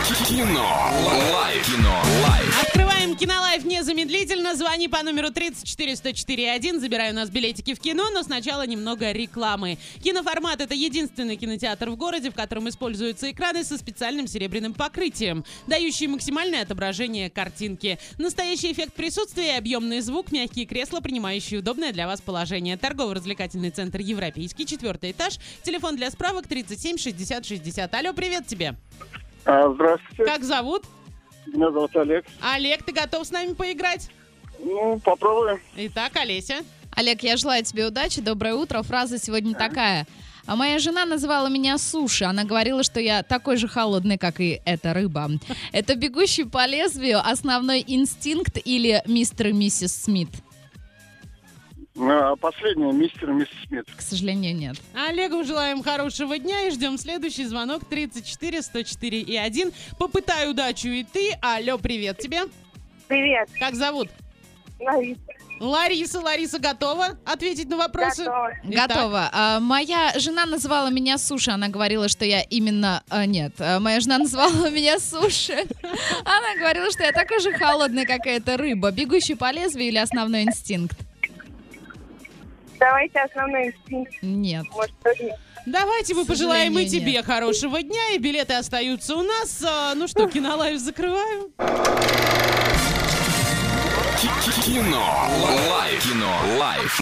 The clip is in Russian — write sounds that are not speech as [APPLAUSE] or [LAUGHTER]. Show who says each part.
Speaker 1: Кино. Лайф. Кино. Лайф.
Speaker 2: Открываем Кинолайф незамедлительно. Звони по номеру 34104.1. Забирай у нас билетики в кино, но сначала немного рекламы. Киноформат — это единственный кинотеатр в городе, в котором используются экраны со специальным серебряным покрытием, дающие максимальное отображение картинки. Настоящий эффект присутствия, объемный звук, мягкие кресла, принимающие удобное для вас положение. Торгово-развлекательный центр «Европейский», четвертый этаж. Телефон для справок 37 60 60. Алло, привет тебе.
Speaker 3: А, Здравствуйте,
Speaker 2: Как зовут?
Speaker 3: меня зовут Олег.
Speaker 2: Олег, ты готов с нами поиграть?
Speaker 3: Ну, попробуем.
Speaker 2: Итак, Олеся.
Speaker 4: Олег, я желаю тебе удачи, доброе утро. Фраза сегодня такая. А моя жена называла меня суши. Она говорила, что я такой же холодный, как и эта рыба. [LAUGHS] Это бегущий по лезвию основной инстинкт или мистер и миссис Смит?
Speaker 3: А, Последний, мистер и миссис Смит.
Speaker 4: К сожалению, нет.
Speaker 2: Олегу желаем хорошего дня и ждем следующий звонок 34 104 и 1. Попытай удачу и ты. Алло, привет тебе.
Speaker 5: Привет,
Speaker 2: Как зовут?
Speaker 5: Лариса.
Speaker 2: Лариса. Лариса готова ответить на вопросы?
Speaker 5: Готова.
Speaker 2: Итак.
Speaker 4: Готово. А, моя жена называла меня суши. Она говорила, что я именно... а, нет, а, моя жена называла [LAUGHS] меня суши. Она говорила, что я такой же холодный, как и эта рыба. Бегущий по лезвию или основной инстинкт?
Speaker 5: Давайте основной инстинкт.
Speaker 4: Нет.
Speaker 5: Может, тоже нет.
Speaker 2: Давайте мы
Speaker 4: К
Speaker 2: пожелаем и
Speaker 4: сожалению,
Speaker 2: тебе хорошего дня, и билеты остаются у нас. А, Ну что, кинолайв закрываем?
Speaker 1: Кино. Лайф. Кино. Лайф.